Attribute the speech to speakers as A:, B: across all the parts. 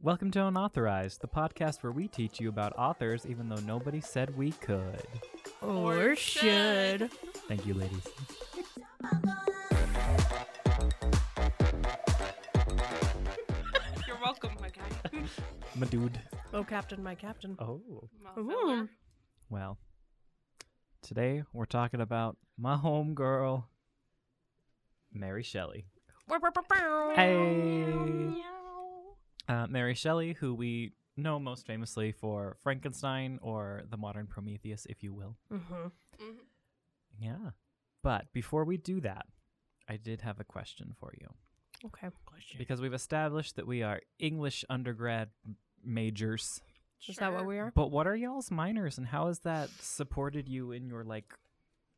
A: Welcome to Unauthorized, the podcast where we teach you about authors even though nobody said we could.
B: Or should.
A: Thank you, ladies.
C: You're welcome, my guy.
A: My dude.
B: Oh, Captain, my Captain.
A: Oh.
C: My
B: Ooh.
C: feller.
A: Well, today we're talking about my homegirl, Mary Shelley. Hey. Uh, Mary Shelley, who we know most famously for Frankenstein or the modern Prometheus, if you will.
B: Mm-hmm.
C: Mhm.
A: Yeah. But before we do that, I did have a question for you.
B: Okay. Question.
A: because we've established that we are English undergrad m- majors.
B: Is that what
C: Sure.
B: we are?
A: But what are y'all's minors and how has that supported you in your like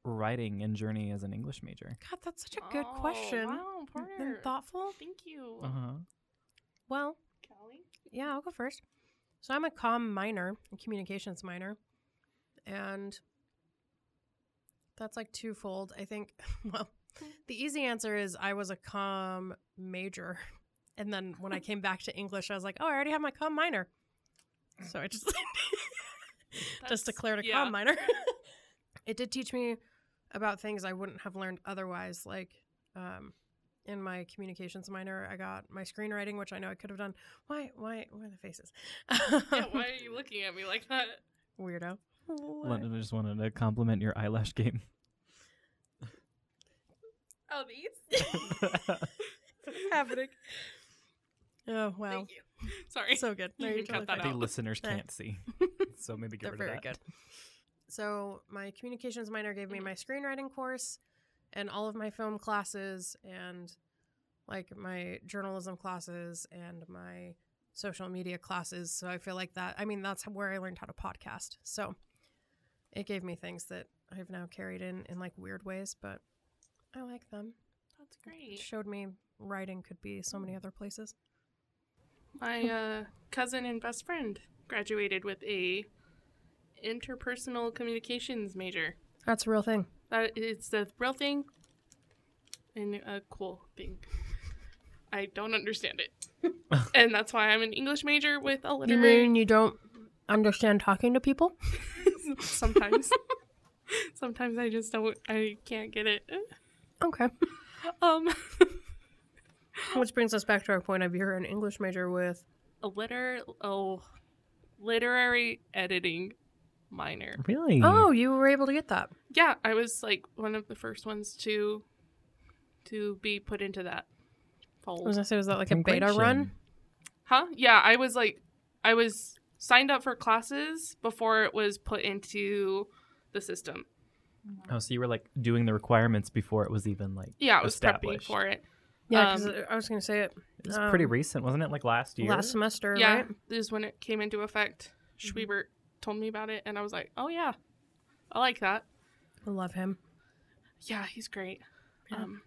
A: writing and journey as an English major?
B: God, that's such a good
C: Oh,
B: question.
C: Wow,
B: And-
C: Porter.
B: And thoughtful.
C: Thank you,
A: Uh-huh.
B: Well,
C: Callie.
B: yeah, I'll go first. So I'm a comm minor, a communications minor, and that's like twofold. I think. Well, the easy answer is I was a comm major, and then when I came back to English, I was like, oh, I already have my comm minor, so I just just
C: That's-
B: declared a
C: yeah.
B: comm minor. it did teach me about things I wouldn't have learned otherwise. Like um, in my communications minor, I got my screenwriting, which I know I could have done. Why? Why? Why the faces?
C: Yeah, why are you looking at me like that?
B: Weirdo.
A: London, I just wanted to compliment your eyelash game.
C: Oh, these.
B: What's happening? Oh wow,
C: Thank you. Sorry.
B: so good.
C: You
B: No,
C: can
B: you're
C: cut
B: totally
C: that
B: fine.
A: the
C: out.
A: listeners
B: Yeah.
A: can't see. So maybe get
B: They're
A: rid of
B: very
A: that.
B: good. Mm. So my communications minor gave me
C: Mhm.
B: my screenwriting course and all of my film classes and like my journalism classes and my social media classes. So I feel like that I mean that's where I learned how to podcast. So it gave me things that I've now carried in in like weird ways, but I like them.
C: That's
B: It
C: great.
B: showed me writing could be so many other places.
C: My uh, cousin and best friend graduated with a interpersonal communications major.
B: That's a real thing.
C: That it's the real thing and a cool thing. I don't understand it. and that's why I'm an English major with a
B: You
C: literary
B: mean you don't understand talking to people?
C: sometimes. sometimes I just don't I can't get it.
B: Okay.
C: Um
B: Which brings us back to our point of you're an English major with
C: a liter oh literary editing minor.
A: Really?
B: Oh, you were able to get that.
C: Yeah, I was like one of the first ones to to be put into that
B: I
C: fold.
B: was gonna say, was that like a beta run?
C: Huh? Yeah, I was like, I was signed up for classes before it was put into the system.
A: Oh, so you were like doing the requirements before it was even like
C: Yeah, I was prepping
A: Established.
C: for it.
B: Yeah, because
C: Um,
B: I was gonna say it
A: it was pretty
B: Um,
A: recent, wasn't it? Like last year.
B: last semester,
C: yeah,
B: right? Mm-hmm.
C: this is when it came into effect. Schwiebert told me about it, and I was like, oh yeah, I like that.
B: I love him.
C: Yeah, he's great.
B: Yeah.
C: Um,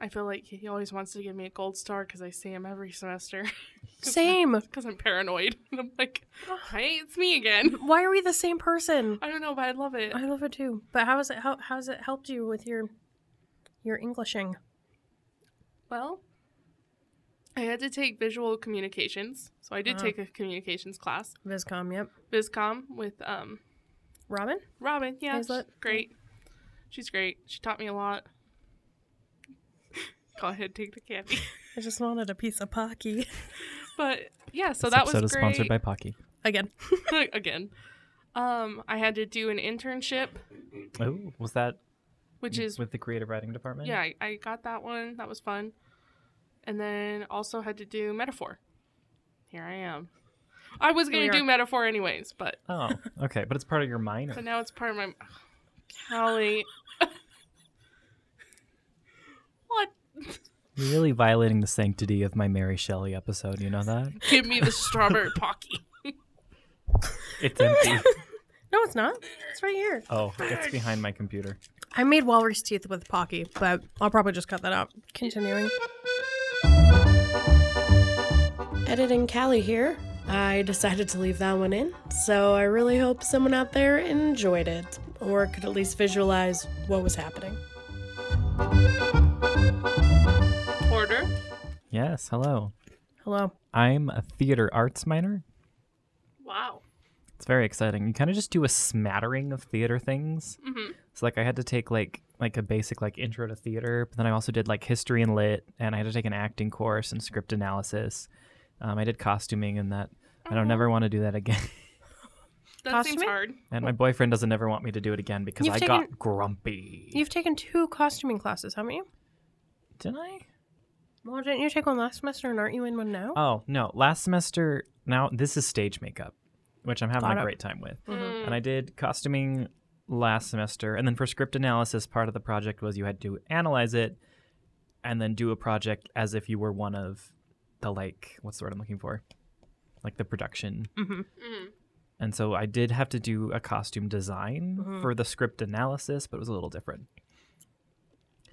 C: I feel like he always wants to give me a gold star because I see him every semester
B: Same.
C: because I'm paranoid. And I'm like, hey, it's me again.
B: Why are we the same person?
C: I don't know, but I love it.
B: I love it too. But how is it? How how's it helped you with your your Englishing?
C: Well, I had to take visual communications, so I did
B: Oh.
C: take a communications class,
B: Viscom, yep.
C: VisCom, with um,
B: Robin,
C: Robin. Yeah,
B: Hazel?
C: she's great. She's great. She taught me a lot. Go ahead, take the candy.
B: I just wanted a piece of pocky
C: But yeah, so
A: This
C: that was
A: episode
C: great.
A: is sponsored by Pocky.
B: again.
C: again. Um, I had to do an internship,
A: Oh, was that
C: which is
A: Mm, with the creative writing department?
C: yeah, I, I got that one. That was fun. And then also had to do metaphor. Here I am. I was
B: Here
C: gonna
B: we
C: do
B: are.
C: metaphor anyways, but
A: Oh, okay, but it's part of your minor.
C: But now it's part of my. Callie. what?
A: You're really violating the sanctity of my Mary Shelley episode. You know that?
C: Give me the strawberry pocky.
A: It's empty.
B: No, it's not. It's right here.
A: Oh, it's behind my computer.
B: I made walrus teeth with pocky, but I'll probably just cut that out. Continuing. Editing Callie here. I decided to leave that one in, so I really hope someone out there enjoyed it or could at least visualize what was happening.
C: Porter.
A: Yes, hello.
B: Hello.
A: I'm a theater arts minor.
C: Wow.
A: It's very exciting. You kind of just do a smattering of theater things.
B: Mm-hmm.
C: hmm
A: So like I had to take like like a basic like intro to theater, but then I also did like history and lit, and I had to take an acting course and script analysis. Um, I did costuming, and that I don't never want to do that again.
C: That seems
B: Costuming?
C: hard.
A: And my boyfriend doesn't ever want me to do it again because
B: You've
A: I
B: taken-
A: got grumpy.
B: You've taken two costuming classes, haven't you?
A: Did I?
B: Well, didn't you take one last semester and aren't you in one now?
A: Oh no! Last semester, now this is stage makeup, which I'm having
B: Thought
A: a
B: of-
A: great time with.
B: Mhm.
A: And I did costuming last semester, and then for script analysis, part of the project was you had to analyze it, and then do a project as if you were one of the like what's the word I'm looking for, like the production.
B: Mm-hmm.
C: Mm.
A: And so I did have to do a costume design
B: Mhm.
A: for the script analysis, but it was a little different.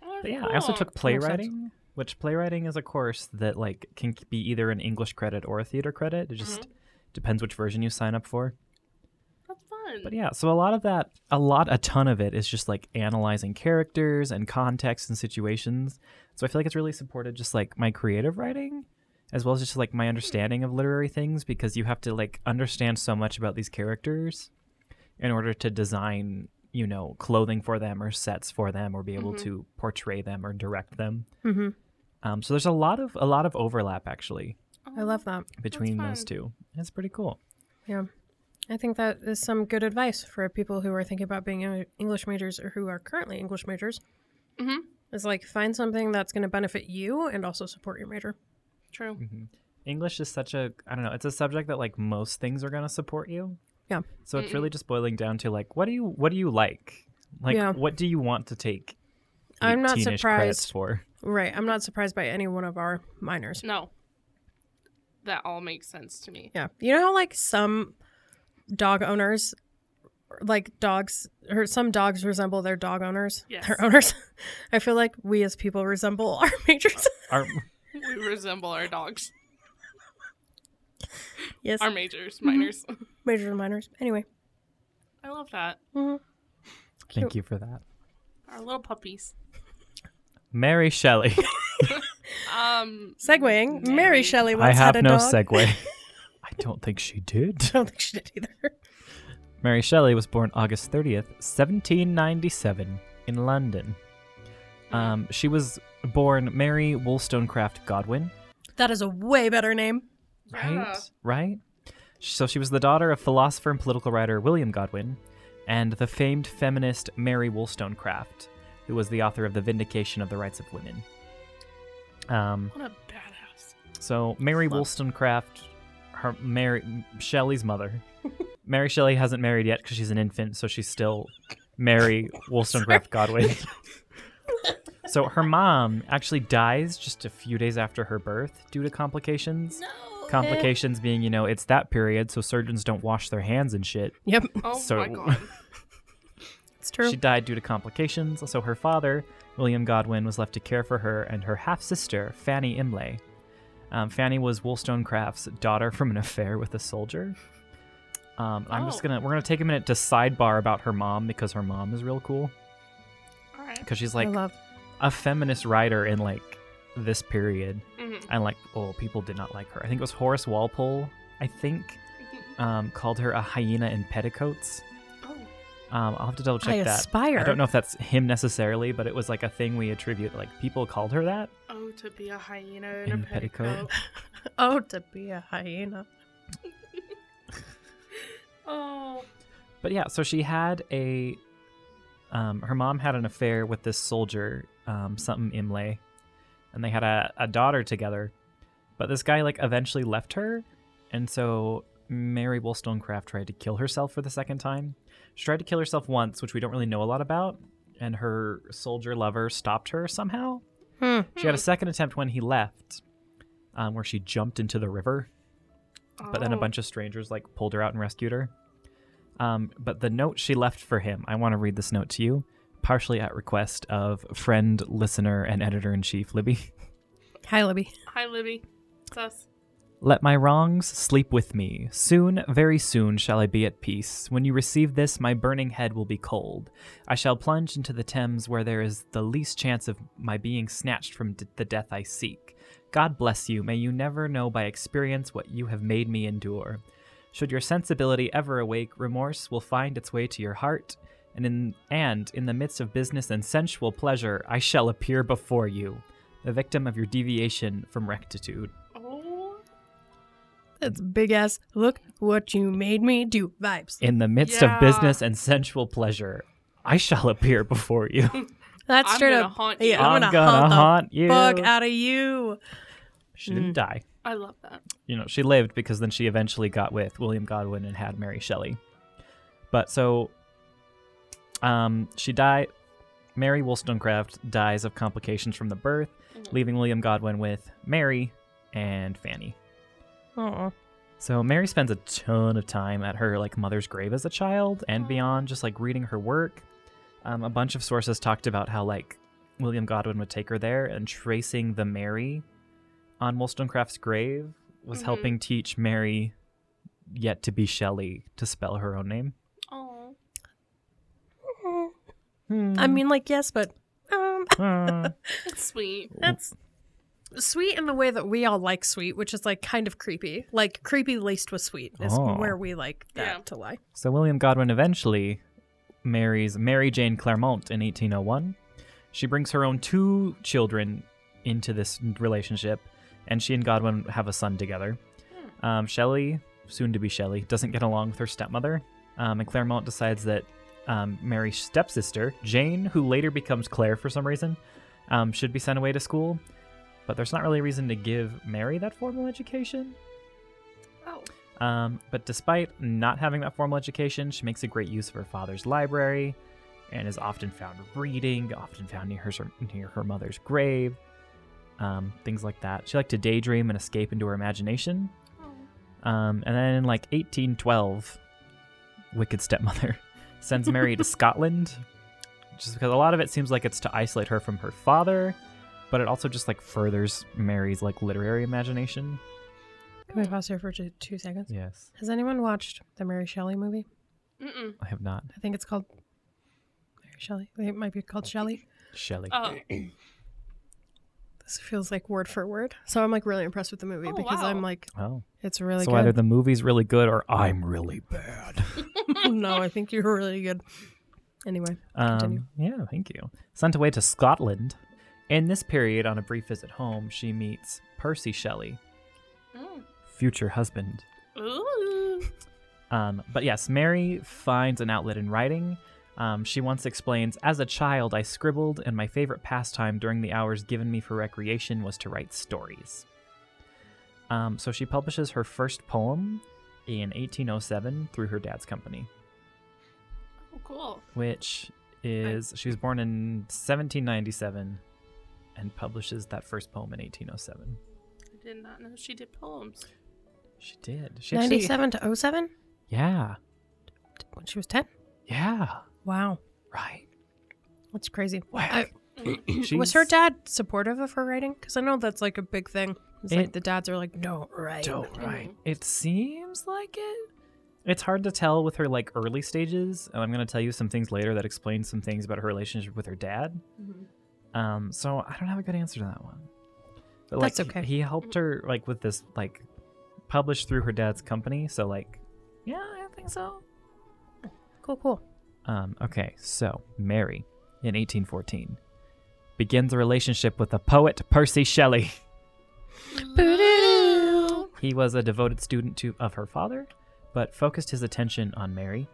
C: Oh,
A: But yeah, I also
C: cool.
A: took playwriting, which playwriting is a course that like can be either an English credit or a theater credit. It just depends which version you sign up for.
C: That's fun.
A: But yeah, so a lot of that, a lot, a ton of it is just like analyzing characters and context and situations. So I feel like it's really supported just like my creative writing as well as just like my understanding of literary things because you have to like understand so much about these characters in order to design, you know, clothing for them or sets for them or be able
C: Mhm.
A: to portray them or direct them.
B: Mm-hmm.
A: Um, so there's a lot of a lot of overlap actually
B: I love that.
A: between those
C: fun.
A: two. It's pretty cool.
B: I think that is some good advice for people who are thinking about being Eng- English majors or who are currently English majors.
C: Mhm.
B: Is like find something that's going to benefit you and also support your major.
C: True.
A: Mhm. English is such a I don't know, it's a subject that like most things are going to support you.
B: Yeah.
A: So it's really just boiling down to like what do you what do you like? Like
B: Yeah.
A: what do you want to take?
B: I'm not
A: 18-ish credits
B: surprised.
A: for.
B: Right. I'm not surprised by any one of our minors.
C: No. That all makes sense to me.
B: Yeah. You know how like some dog owners like dogs or some dogs resemble their dog owners,
C: Yes.
B: their owners. I feel like we as people resemble our majors.
A: Our,
C: We resemble our dogs,
B: yes,
C: our majors, minors.
B: majors and minors. Anyway,
C: I love that.
B: Mhm.
A: thank you for that.
C: Our little puppies.
A: Mary Shelley.
C: Um,
B: segueing, Mary, Shelley once
A: I have
B: had a
A: no
B: dog.
A: segue. I don't think she did.
B: I don't think she did either.
A: Mary Shelley was born August 30th, 1797, in London. Um, she was born Mary Wollstonecraft Godwin.
B: That is a way better name.
A: Right?
C: Yeah.
A: Right? So she was the daughter of philosopher and political writer William Godwin and the famed feminist Mary Wollstonecraft, who was the author of The Vindication of the Rights of Women. Um,
C: What a badass.
A: so Mary
B: Love.
A: Wollstonecraft, her Mary Shelley's mother. Mary Shelley hasn't married yet because she's an infant, so she's still Mary Wollstonecraft Godwin. so her mom actually dies just a few days after her birth due to complications.
C: No.
A: Complications being, you know, it's that period, so surgeons don't wash their hands and shit.
B: Yep,
C: Oh
A: So-
C: my god.
B: it's true.
A: She died due to complications, so her father, William Godwin, was left to care for her and her half sister, Fanny Imlay. Um, Fanny was Wollstonecraft's daughter from an affair with a soldier. Um, I'm just
C: Oh.
A: gonna we're gonna take a minute to sidebar about her mom because her mom is real cool
C: All right.
A: because she's
B: I
A: like
B: love.
A: a feminist writer in like this period
C: Mhm.
A: and like oh people did not like her. I think it was Horace Walpole. I think um, called her a hyena in petticoats.
C: Mm-hmm. Oh,
A: Um, I'll have to double check
B: I
A: that.
B: aspire.
A: I don't know if that's him necessarily, but it was like a thing we attribute. Like people called her that.
C: oh, to be a hyena in,
A: In
C: a petticoat.
A: petticoat.
B: Oh, to be a hyena.
C: oh.
A: But yeah, so she had a. Um, her mom had an affair with this soldier, um, something Imlay, and they had a, a daughter together. But this guy like eventually left her, and so Mary Wollstonecraft tried to kill herself for the second time. She tried to kill herself once, which we don't really know a lot about, and her soldier lover stopped her somehow.
B: Hmm.
A: She had a second attempt when he left, um, where she jumped into the river, but then a
C: Oh.
A: bunch of strangers like pulled her out and rescued her. Um, but the note she left for him, I want to read this note to you, partially at request of friend, listener, and editor in chief Libby.
B: Hi, Libby.
C: Hi, Libby. It's us.
A: Let my wrongs sleep with me. Soon, very soon, shall I be at peace. When you receive this, my burning head will be cold. I shall plunge into the Thames where there is the least chance of my being snatched from d- the death I seek. God bless you. May you never know by experience what you have made me endure. Should your sensibility ever awake, remorse will find its way to your heart, and in and in the midst of business and sensual pleasure, I shall appear before you, the victim of your deviation from rectitude.
C: Oh,
B: That's big ass. Look what you made me do vibes.
A: In the midst
C: Yeah.
A: of business and sensual pleasure, I shall appear before you.
B: That's
C: I'm
B: straight
C: gonna
B: up.
C: haunt you.
B: yeah, I'm gonna, haunt,
A: you.
B: the fuck out of you.
A: She didn't die.
C: I love that.
A: you know, she lived because then she eventually got with William Godwin and had Mary Shelley. But so um she died Mary Wollstonecraft dies of complications from the birth,
C: Mhm.
A: leaving William Godwin with Mary and Fanny.
B: Oh,
A: So Mary spends a ton of time at her like mother's grave as a child and beyond, just like reading her work. Um, a bunch of sources talked about how like William Godwin would take her there and tracing the Mary on Wollstonecraft's grave was
C: Mhm.
A: helping teach Mary, yet to be Shelley, to spell her own name.
C: Oh,
A: Mm.
B: I mean, like yes, but um,
A: Ah.
C: that's sweet.
B: that's sweet in the way that we all like sweet, which is like kind of creepy. Like creepy laced with sweet is
A: Oh.
B: where we like that
C: Yeah.
B: to lie.
A: So William Godwin eventually marries Mary Jane Claremont in 1801. She brings her own two children into this relationship, and she and Godwin have a son together. Um, Shelley, soon to be Shelley, doesn't get along with her stepmother, um, and Claremont decides that um, Mary's stepsister, Jane, who later becomes Claire for some reason, um, should be sent away to school. But there's not really a reason to give Mary that formal education.
C: Oh,
A: Um, but despite not having that formal education, she makes a great use of her father's library and is often found reading, often found near her, near her mother's grave, um, things like that. She liked to daydream and escape into her imagination.
C: Oh.
A: Um, and then in like 1812, Wicked Stepmother sends Mary to Scotland just because a lot of it seems like it's to isolate her from her father, but it also just like furthers Mary's like literary imagination.
B: Can we pause here for two, two seconds?
A: Yes,
B: Has anyone watched the Mary Shelley movie?
C: Mm-mm.
A: I have not.
B: I think it's called Mary Shelley. It might be called Shelley.
A: Shelley.
C: Oh,
B: This feels like word for word. So I'm like really impressed with the movie
C: Oh,
B: because I'm
C: wow.
B: like
A: oh.
B: it's really
A: so either
B: good.
A: the movie's really good or I'm really bad.
B: no, I think you're really good. Anyway, Continue.
A: Um, yeah, thank you. Sent away to Scotland. In this period, on a brief visit home, she meets Percy Shelley,
C: Mm.
A: future husband.
C: Ooh.
A: Um, but yes, Mary finds an outlet in writing. Um, she once explains, As a child, I scribbled, and my favorite pastime during the hours given me for recreation was to write stories. Um, so she publishes her first poem in 1807 through her dad's company.
C: Oh, cool.
A: which is she was born in 1797 and publishes that first poem in 1807
C: I did not know she did poems.
A: she did she actually-
B: 97 to 07
A: yeah
B: when she was 10.
A: yeah
B: Wow,
A: right
B: that's crazy.
A: Whack.
B: was her dad supportive of her writing? Because I know that's like a big thing. It's
A: It-
B: like the dads are like, no, right.
A: do right it seems like it it's hard to tell with her like early stages and i'm going to tell you some things later that explain some things about her relationship with her dad
B: Mm-hmm.
A: um so i don't have a good answer to that one but like
B: That's
A: he-
B: okay.
A: he helped her like with this like published through her dad's company so like yeah i think so
B: Cool, cool.
A: Um, okay, so Mary, in 1814, begins a relationship with the poet Percy Shelley.
C: Boo-doo-doo.
A: He was a devoted student to, of her father, but focused his attention on Mary.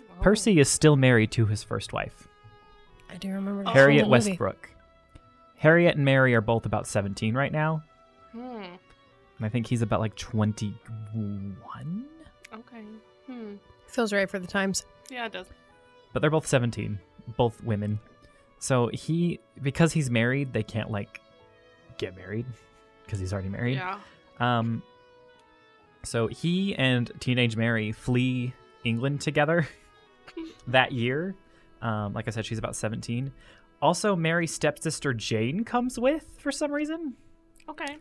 C: Oh.
A: Percy is still married to his first wife,
B: I do remember this
A: Harriet
B: whole movie.
A: Westbrook. Harriet and Mary are both about 17 right now,
C: Hmm.
A: and I think he's about like 21.
C: Okay. Hmm.
B: Feels right for the times.
C: Yeah, it does.
A: but they're both 17 both women so he because he's married they can't like get married because he's already married
C: Yeah.
A: um so he and teenage mary flee england together that year um like i said she's about 17 also mary's stepsister jane comes with for some reason
C: Okay.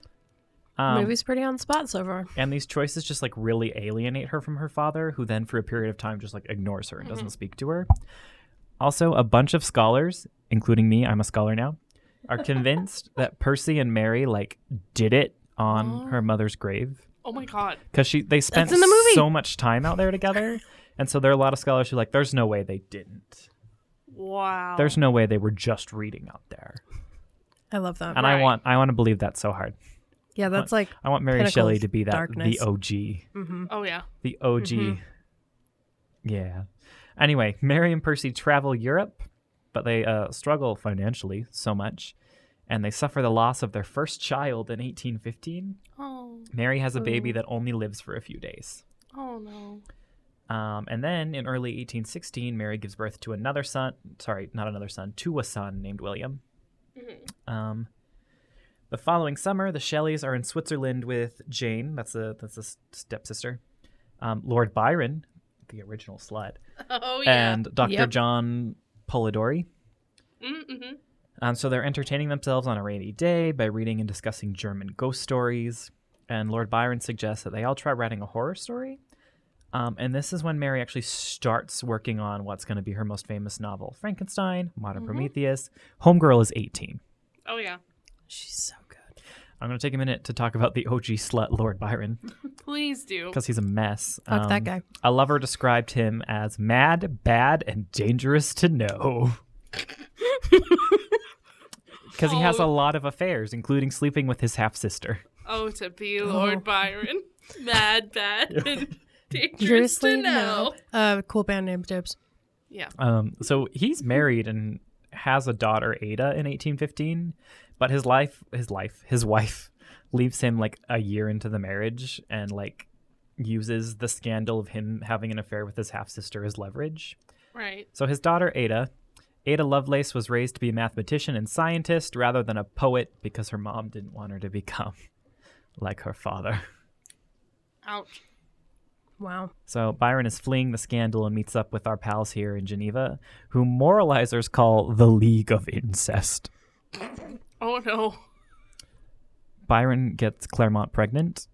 A: um,
B: Movie's pretty on spot so far.
A: and these choices just like really alienate her from her father, who then for a period of time just like ignores her and
B: Mm-hmm.
A: doesn't speak to her. Also, a bunch of scholars, including me, I'm a scholar now, are convinced that Percy and Mary like did it on
B: Oh.
A: her mother's grave
C: Oh my god.
A: because she they spent
B: in the movie.
A: so much time out there together, and so there are a lot of scholars who are like there's no way they didn't.
C: Wow.
A: There's no way they were just reading out there.
B: I love that.
A: And I
C: Right.
A: want I want to believe that so hard.
B: yeah, that's like
A: I want Mary
B: Pinnacle
A: Shelley
B: of
A: to be that
B: darkness. Mm-hmm.
A: the OG.
B: mhm.
C: Oh yeah.
A: The OG. Yeah. Anyway, Mary and Percy travel Europe, but they uh, struggle financially so much, and they suffer the loss of their first child in 1815.
C: Oh.
A: Mary has a baby
B: Oh.
A: that only lives for a few days.
C: Oh no.
A: Um, and then in early 1816, Mary gives birth to another son. Sorry, not another son, to a son named William.
C: Mm-hmm.
A: Um, the following summer, the Shelleys are in Switzerland with Jane. That's a that's a s- stepsister. Um, Lord Byron, the original slut,
C: Oh yeah.
A: and Dr.
B: Yep.
A: John Polidori.
C: Mm-hmm.
A: Um, so they're entertaining themselves on a rainy day by reading and discussing German ghost stories. And Lord Byron suggests that they all try writing a horror story. Um, and this is when Mary actually starts working on what's going to be her most famous novel Frankenstein, Modern
C: Mhm.
A: Prometheus. Homegirl is 18.
C: Oh yeah.
B: she's so good.
A: I'm going to take a minute to talk about the OG slut, Lord Byron,
C: Please do.
A: because he's a mess.
B: Fuck that
A: Um,
B: guy.
A: A lover described him as mad, bad, and dangerous to know. Because he has a
C: Oh.
A: lot of affairs, including sleeping with his half sister.
C: Oh, to be
B: Oh.
C: Lord Byron. Mad, bad, and dangerous
B: Seriously,
C: to
B: no.
C: know.
B: Uh, cool band name, Dibs.
C: Yeah.
A: Um, so he's married and has a daughter, Ada, in 1815. But his life, his life, his wife leaves him like a year into the marriage and like uses the scandal of him having an affair with his half sister as leverage.
C: Right.
A: So his daughter Ada, Ada Lovelace was raised to be a mathematician and scientist rather than a poet because her mom didn't want her to become like her father.
C: Ouch.
B: Wow.
A: So Byron is fleeing the scandal and meets up with our pals here in Geneva, who moralizers call the League of Incest.
C: Oh no.
A: Byron gets Claremont pregnant.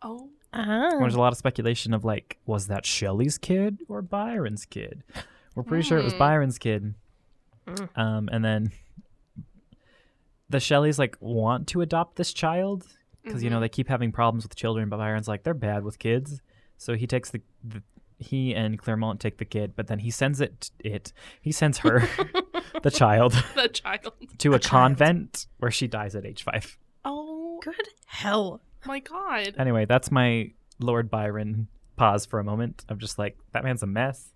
C: Oh.
B: Uh-huh.
A: There's a lot of speculation of like, was that Shelley's kid or Byron's kid? We're pretty sure it was
C: Mm.
A: Byron's kid.
B: Mm.
A: Um, and then the Shelleys like want to adopt this child because you know they keep having problems with children. But Byron's like they're bad with kids, so he takes the, the he and Claremont take the kid, but then he sends it it he sends her the child
C: The child.
A: to a,
B: A child.
A: convent where she dies at age five.
C: Oh
B: Good hell.
C: my god.
A: Anyway, that's my Lord Byron pause for a moment. I'm just like that man's a mess.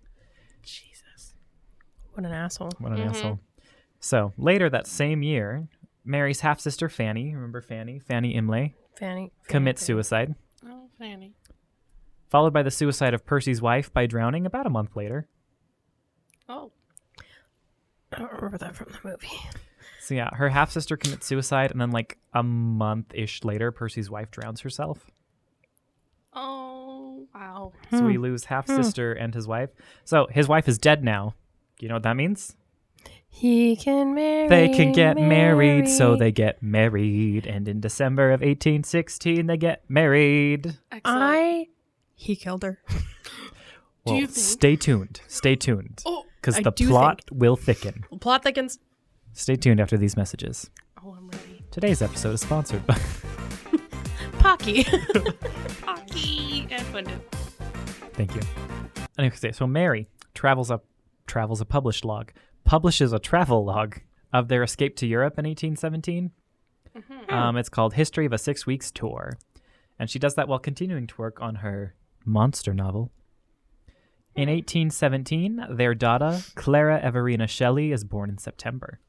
C: Jesus.
B: What an asshole.
A: What an
C: Mhm.
A: asshole. So later that same year, Mary's half sister Fanny, remember Fanny, Fanny Imlay,
B: Fanny.
A: commits
B: Fanny.
A: suicide,
C: Oh, Fanny.
A: followed by the suicide of Percy's wife by drowning about a month later.
C: Oh.
B: I don't remember that from the movie.
A: So yeah, her half sister commits suicide, and then like a month ish later, Percy's wife drowns herself.
C: Oh wow.
A: So we lose half sister and his wife. So his wife is dead now. Do you know what that means?
B: He can marry.
A: They can get married, so
B: Mary.
A: they get married. And in December of 1816, they get married.
C: Excellent.
B: I. He killed her.
C: Do
A: Well,
C: you think-
A: stay tuned. Stay tuned.
C: Oh.
A: Because
B: I
A: the
B: do
A: plot will thicken.
B: Plot thickens.
A: Stay tuned after these messages.
C: Oh, I'm ready.
A: Today's episode is sponsored by.
B: Pocky.
C: Hockey and window.
A: Thank you. Anyway, so Mary travels a travels a published log, publishes a travel log of their escape to Europe in 1817. Um, it's called History of a Six Weeks Tour, and she does that while continuing to work on her monster novel. In 1817, their daughter Clara Everina Shelley is born in September.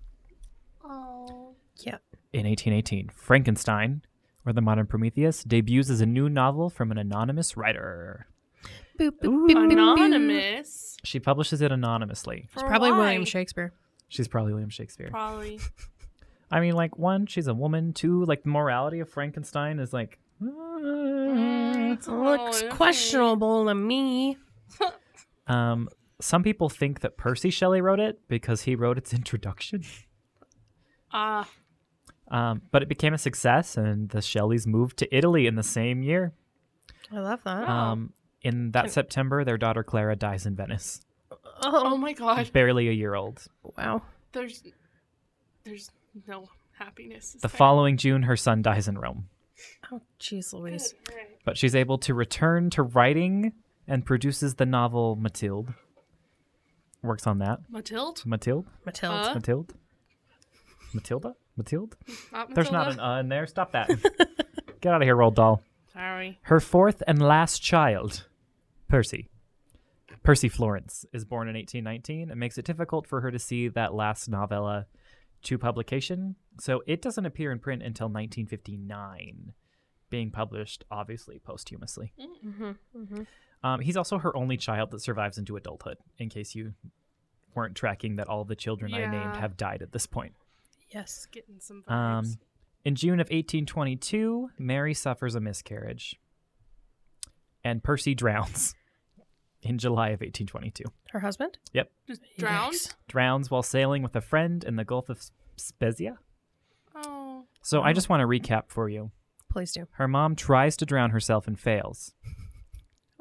C: Oh.
B: yeah.
A: In 1818, Frankenstein, or the modern Prometheus, debuts as a new novel from an anonymous writer.
B: Boop, boop,
A: Ooh.
B: boop, boop, boop.
C: Anonymous.
A: She publishes it anonymously.
B: It's
C: For
B: probably
C: why?
B: William Shakespeare.
A: She's probably William Shakespeare.
C: Probably.
A: I mean, like, one, she's a woman. Two, like, the morality of Frankenstein is like. uh,
C: Mm,
B: Looks
C: oh,
B: questionable to me.
A: Um, some people think that Percy Shelley wrote it because he wrote its introduction.
C: Ah.
A: Um, but it became a success, and the Shelleys moved to Italy in the same year.
B: I love that.
C: Wow.
A: Um, in that September, their daughter Clara dies in Venice,
C: oh
B: Oh,
C: my god.
A: barely a year old.
B: wow.
C: There's there's no happiness. is
A: The
C: tied-
A: following June, her son dies in Rome.
B: Oh, jeez,
C: Good,
B: Louise.
C: all right.
A: but she's able to return to writing and produces the novel Mathilde. Works on that.
C: Matilde?
A: Mathilde?
B: Matilda.
C: Huh?
A: Mathilde? Matilda? Mathilde?
C: Not
A: There's not an
C: Matilda?
A: uh in there. Stop that. Get out of here, Roald doll.
C: Sorry.
A: Her fourth and last child, Percy. Percy Florence is born in 1819. It makes it difficult for her to see that last novella to publication, so it doesn't appear in print until 1959, being published obviously posthumously.
B: hmm hmm
A: Um, he's also her only child that survives into adulthood, in case you weren't tracking that all the children I named
C: Yeah.
A: have died at this point.
B: Yes.
C: Getting some vibes.
A: Um, in June of 1822, Mary suffers a miscarriage, and Percy drowns in July of 1822.
B: Her husband?
C: Just drowned?
B: Yikes.
A: Drowns while sailing with a friend in the Gulf of Spezia.
C: Oh.
A: So I just want to recap for you.
B: Please do.
A: Her mom tries to drown herself and fails.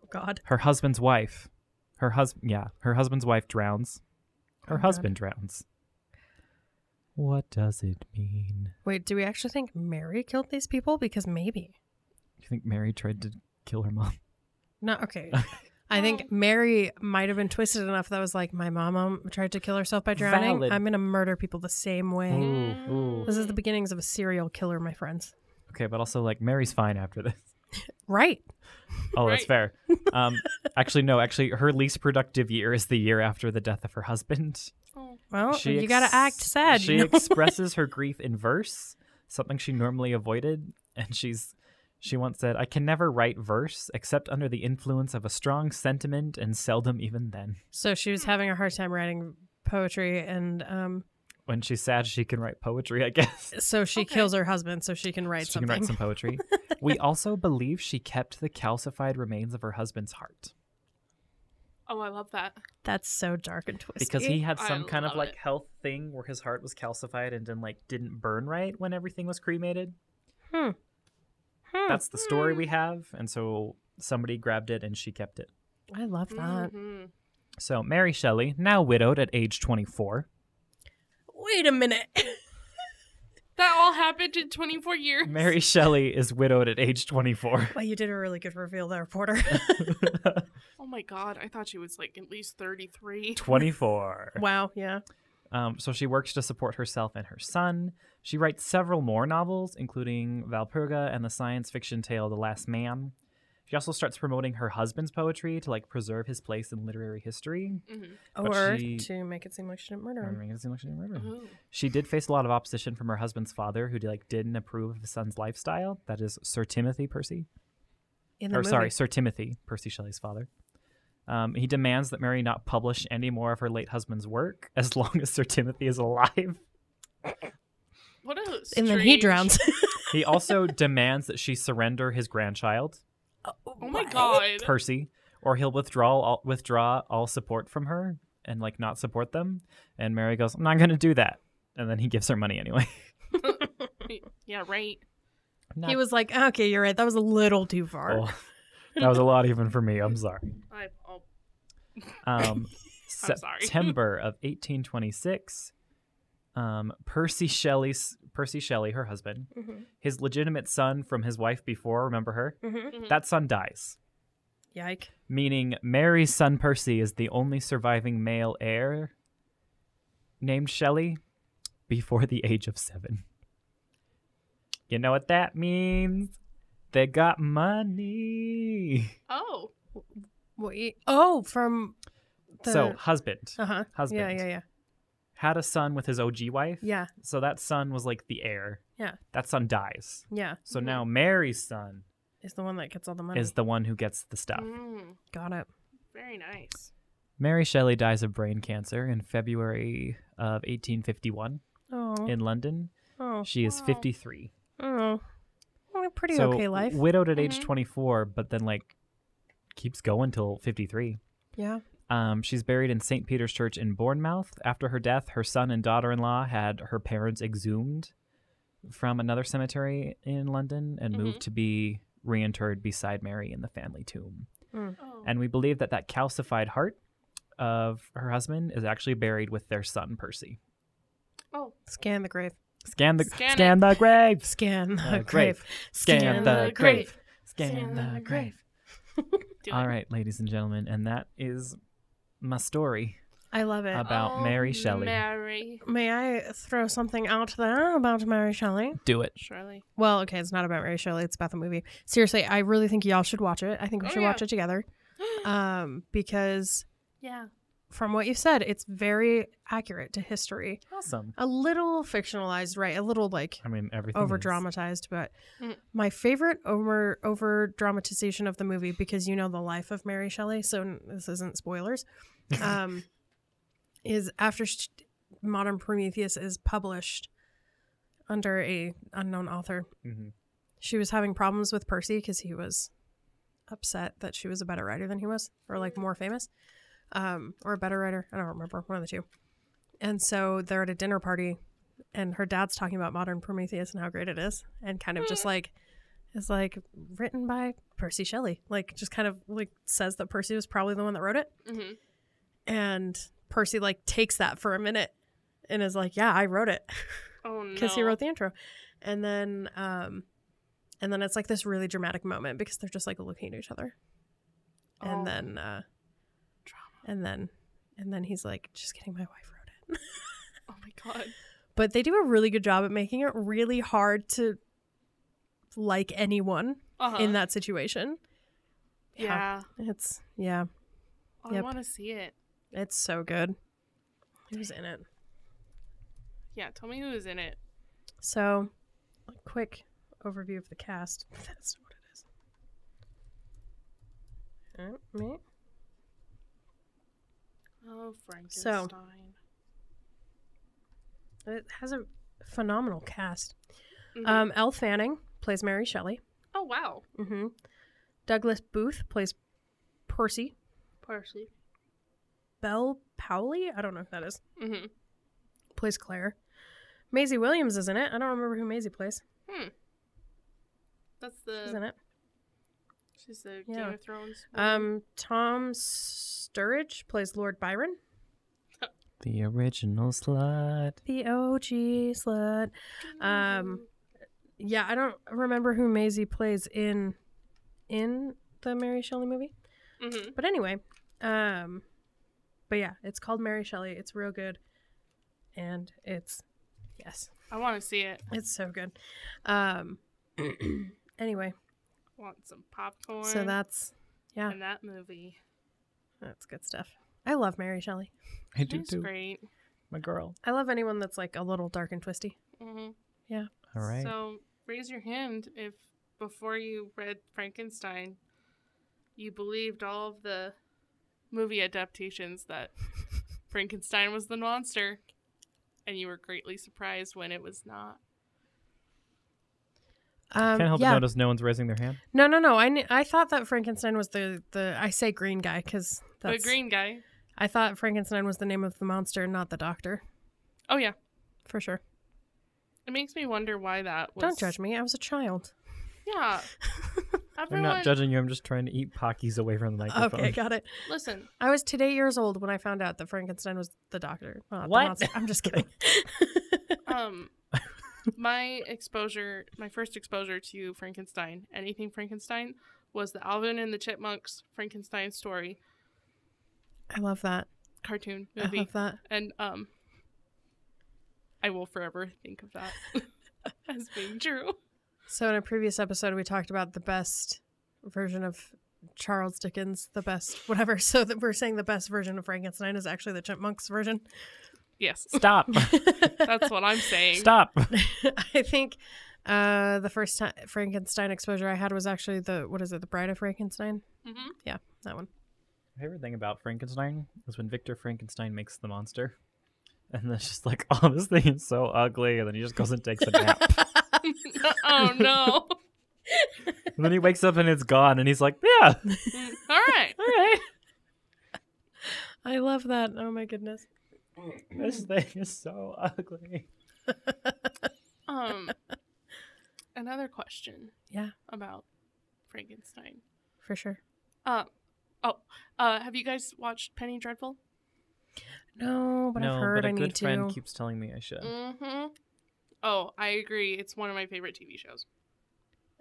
B: Oh, God.
A: Her husband's wife, her husband, yeah, her husband's wife drowns. Her
B: Oh, God.
A: husband drowns. What does it mean?
B: Wait, do we actually think Mary killed these people? Because maybe.
A: Do you think Mary tried to kill her mom?
B: No, okay. I think Mary might have been twisted enough that was like, my mom um, tried to kill herself by drowning.
A: Valid. Mm.
B: I'm going to murder people the same way.
A: Ooh, ooh.
B: This is the beginnings of a serial killer, my friends.
A: Okay, but also like Mary's fine after this.
B: Right.
A: Oh, that's
C: Right.
A: fair. Um, actually, no. Actually, her least productive year is the year after the death of her husband.
C: Oh.
B: Well,
A: She
B: you got
A: ex-
B: to act sad.
A: She
B: you know?
A: expresses her grief in verse, something she normally avoided, and she's she once said, "I can never write verse except under the influence of a strong sentiment, and seldom even then."
B: so she was having a hard time writing poetry, and um,
A: When she's sad, she can write poetry, I guess.
B: so she
C: Okay.
B: kills her husband so she can write
A: she
B: something.
A: can write some poetry. we also believe she kept the calcified remains of her husband's heart
C: oh, I love that.
B: That's so dark and twisted.
A: because he had
C: I
A: some kind of
C: love
A: like
C: it.
A: health thing where his heart was calcified and then like didn't burn right when everything was cremated.
B: Hmm. Hmm.
A: That's the story we have, and so somebody grabbed it and she kept it.
B: I love that.
C: Mhm.
A: So Mary Shelley, now widowed at age 24,
B: Wait a minute.
C: That all happened in 24 years.
A: Mary Shelley is widowed at age 24.
B: well, you did a really good reveal there, Porter.
C: Oh my god, I thought she was like at least 33.
A: 24.
B: wow. Yeah.
A: Um, so she works to support herself and her son. She writes several more novels, including Valpurga and the science fiction tale The Last Man. She also starts promoting her husband's poetry to like preserve his place in literary history.
C: Mhm.
A: But
B: Or
A: she-
B: to make it seem like she didn't murder him. Mm-hmm.
C: Ooh.
A: She did face a lot of opposition from her husband's father, who like didn't approve of his son's lifestyle. That is Sir Timothy Percy.
B: In the
A: or
B: movie.
A: sorry, Sir Timothy, Percy Shelley's father. Um, he demands that Mary not publish any more of her late husband's work as long as Sir Timothy is alive.
C: What a
B: And then he
C: strange-
B: drowns.
A: He also demands that she surrender his grandchild,
C: Oh my god.
A: Percy, or he'll withdraw all, withdraw all support from her and like not support them. And Mary goes, "I'm not going to do that." And then he gives her money anyway.
C: yeah, right.
A: Not-
B: He was like, okay, you're right. That was a little too far.
A: Oh, that was a lot even for me. I'm sorry.
C: I, oh,
A: um,
C: I'm sorry.
A: September of 1826, um, Percy Shelley's Percy Shelley, her husband, his legitimate son from his wife before, remember her?
C: mhm.
A: That son dies,
B: Yike.
A: meaning Mary's son Percy is the only surviving male heir named Shelley before the age of seven. You know what that means? They got money.
C: oh.
B: Wait. Oh, from the.
A: So, husband
B: uh huh.
A: husband.
B: Yeah, yeah, yeah.
A: had a son with his OG wife.
B: Yeah,
A: So that son was like the heir.
B: Yeah.
A: That son dies.
B: yeah.
A: So now Mary's son
B: Is the one that gets all the Mm-hmm. money.
A: is the one who gets the stuff.
C: Mm,
B: Got it.
C: very nice.
A: Mary Shelley dies of brain cancer in February of 1851
B: Oh.
A: in London.
B: oh.
A: She is
C: wow.
A: 53.
B: Oh. Well, a pretty
A: so
B: okay life.
A: widowed at age
C: Mhm.
A: 24, but then like keeps going till 53.
B: yeah.
A: Um, she's buried in St. Peter's Church in Bournemouth. After her death, her son and daughter in law had her parents exhumed from another cemetery in London and moved to be reinterred beside Mary in the family tomb.
C: Oh.
A: And we believe that that calcified heart of her husband is actually buried with their son, Percy.
C: oh.
B: Scan the grave.
A: Scan the
C: Scan
A: scan,
C: it.
A: the grave.
B: Scan the
A: Uh,
B: grave.
A: grave. Scan, the,
C: the
A: grave.
C: grave.
A: Scan, the, grave.
C: Do
A: All
C: it.
A: right, ladies and gentlemen, and that is my story.
B: I love it.
A: Ab- about Mary Shelley.
C: Oh, Mary
B: May I throw something out there about Mary Shelley?
A: Do it.
C: Shirley.
B: Well, okay, it's not about Mary Shelley. It's about the movie. Seriously, I really think y'all should watch it. I think we
C: Oh,
B: should
C: yeah.
B: watch it together um, because
C: yeah.
B: from what you've said, it's very accurate to history.
A: Awesome.
B: A little fictionalized, right? A little like
A: I mean, everything.
B: over
A: is-
B: dramatized, but
C: Mm.
B: my favorite over over dramatization of the movie because you know the life of Mary Shelley, so n- this isn't spoilers. Um, is after sh- Modern Prometheus is published under a unknown author,
A: Mhm.
B: she was having problems with Percy because he was upset that she was a better writer than he was, or like more famous, um, or a better writer. I don't remember one of the two. And so they're at a dinner party, and her dad's talking about modern Prometheus and how great it is, and kind of just like is like written by Percy Shelley, like just kind of like says that Percy was probably the one that wrote it,
C: Mm-hmm.
B: and Percy like takes that for a minute and is like, yeah, I wrote it
C: Oh no.
B: because he wrote the intro and then um and then it's like this really dramatic moment because they're just like looking at each other
C: Oh.
B: and then uh
C: Drama.
B: and then and then he's like just kidding my wife wrote it
C: Oh my god.
B: but they do a really good job at making it really hard to like anyone
C: Uh-huh.
B: in that situation
C: Yeah.
B: it's yeah
C: Oh, I
B: Yep.
C: want to see it.
B: it's so good who's in it
C: Yeah. Tell me who was in it.
B: so a quick overview of the cast that's what it is Uh, me
C: Oh, Frankenstein.
B: It has a phenomenal cast.
C: Mhm.
B: Um, Elle Fanning plays Mary Shelley.
C: oh wow.
B: hmm Douglas Booth plays Percy.
C: Parsley.
B: Belle Powley, I don't know if that is,
C: Mm-hmm.
B: plays Claire. Maisie Williams is in it. I don't remember who Maisie plays.
C: Hmm. That's
B: She's in
C: the.
B: it.
C: She's the
B: Yeah.
C: Game of Thrones. woman.
B: Um, Tom Sturridge plays Lord Byron.
A: The original slut.
B: The OG slut. um, Yeah, I don't remember who Maisie plays in in the Mary Shelley movie.
C: Mhm.
B: But anyway, um, but yeah, it's called Mary Shelley. It's real good, and it's yes,
C: I want to see it.
B: it's so good. Um, anyway,
C: Want some popcorn.
B: so that's yeah,
C: and that movie.
B: that's good stuff. I love Mary Shelley.
A: I do
C: She's
A: too.
C: great.
A: My girl.
B: I love anyone that's like a little dark and twisty.
C: hmm
A: All right.
C: So raise your hand if before you read Frankenstein, you believed all of the movie adaptations that Frankenstein was the monster, and you were greatly surprised when it was not.
B: Um,
A: Can't help but
B: yeah,
A: notice no one's raising their hand.
B: no, no, no. I kn- I thought that Frankenstein was the the I say green guy because
C: The
B: that's
C: green guy.
B: I thought Frankenstein was the name of the monster, not the doctor,
C: Oh yeah.
B: for sure.
C: It makes me wonder why that was.
B: Don't judge me. I was a child.
C: Yeah. Everyone,
A: I'm not judging you. I'm just trying to eat Pockies away from the microphone.
B: Okay, got it.
C: listen.
B: I was today years old when I found out that Frankenstein was the doctor. not the
A: What?
B: monster. I'm just kidding.
C: Um, my exposure, my first exposure to Frankenstein, anything Frankenstein, was the Alvin and the Chipmunks Frankenstein story
B: I love that.
C: cartoon
B: I
C: movie,
B: love that.
C: and um, I will forever think of that as being true.
B: So in a previous episode, we talked about the best version of Charles Dickens, the best whatever. So that we're saying the best version of Frankenstein is actually the Chipmunks version.
C: Yes,
A: Stop.
C: that's what I'm saying.
A: Stop.
B: I think uh, the first time Frankenstein exposure I had was actually the what is it, the Bride of Frankenstein?
C: Mhm.
B: That one.
A: My favorite thing about Frankenstein is when Victor Frankenstein makes the monster. And then she's like, oh, this thing is so ugly. And then he just goes and takes a nap.
C: oh no!
A: and then he wakes up and it's gone. And he's like, yeah, all
C: Mm, All right.
A: right.
B: I love that. Oh my goodness.
A: This thing is so ugly.
C: Um, another question
B: Yeah,
C: about Frankenstein.
B: for sure.
C: Uh, oh, uh, have you guys watched Penny Dreadful?
B: No, but
A: no,
B: I've heard
A: but a
B: I
A: good
B: need
A: friend
B: to.
A: Mm, keeps telling me I should.
C: Mm-hmm. Oh, I agree. It's one of my favorite TV shows.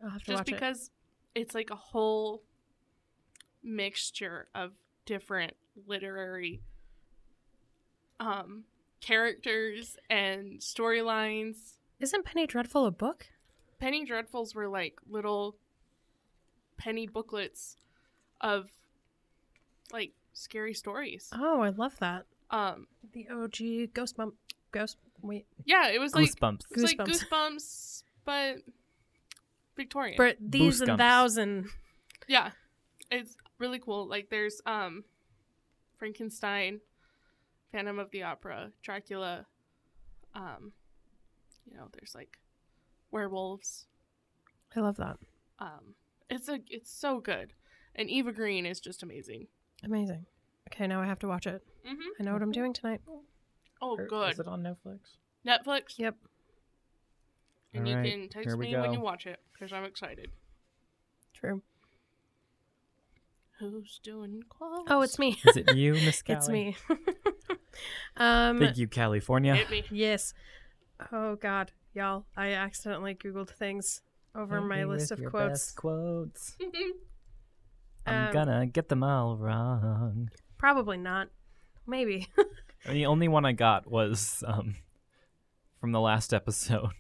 B: I'll have to
C: Just
B: watch it.
C: because it's like a whole mixture of different literary um characters and storylines.
B: Isn't Penny Dreadful a book?
C: Penny Dreadfuls were like little penny booklets of like scary stories.
B: Oh, I love that.
C: Um
B: The OG Ghost Bump. Ghost. Wait.
C: yeah, it was like
A: Goosebumps.
C: it was like
B: Goosebumps.
C: goosebumps but Victorian.
B: Brit, these and
A: Goosegumps.
B: thous and.
C: Yeah. It's really cool. Like there's um Frankenstein, Phantom of the Opera, Dracula, um you know, there's like werewolves.
B: I love that.
C: Um it's a it's so good. And Eva Green is just amazing.
B: Amazing. Okay, now I have to watch it.
C: Mhm.
B: I know what I'm doing tonight.
C: Oh
A: Or-
C: good.
A: Is it on Netflix?
C: Netflix.
B: Yep.
C: And
A: All
C: you
A: right,
C: can
A: here
C: text
A: we
C: me when
A: go.
C: you watch it because I'm excited.
B: True.
C: Who's doing quotes?
B: Oh, it's me.
A: Is it you, Miss Callie?
B: It's me. um.
A: Thank you, California.
C: Hit me.
B: Yes. Oh God, y'all! I accidentally Googled things over
A: Hit
B: my
A: me
B: list
A: with
B: of
A: your
B: quotes.
A: best quotes. I'm
B: Um,
A: gonna get them all wrong.
B: Probably not. Maybe.
A: The only one I got was um, from the last episode.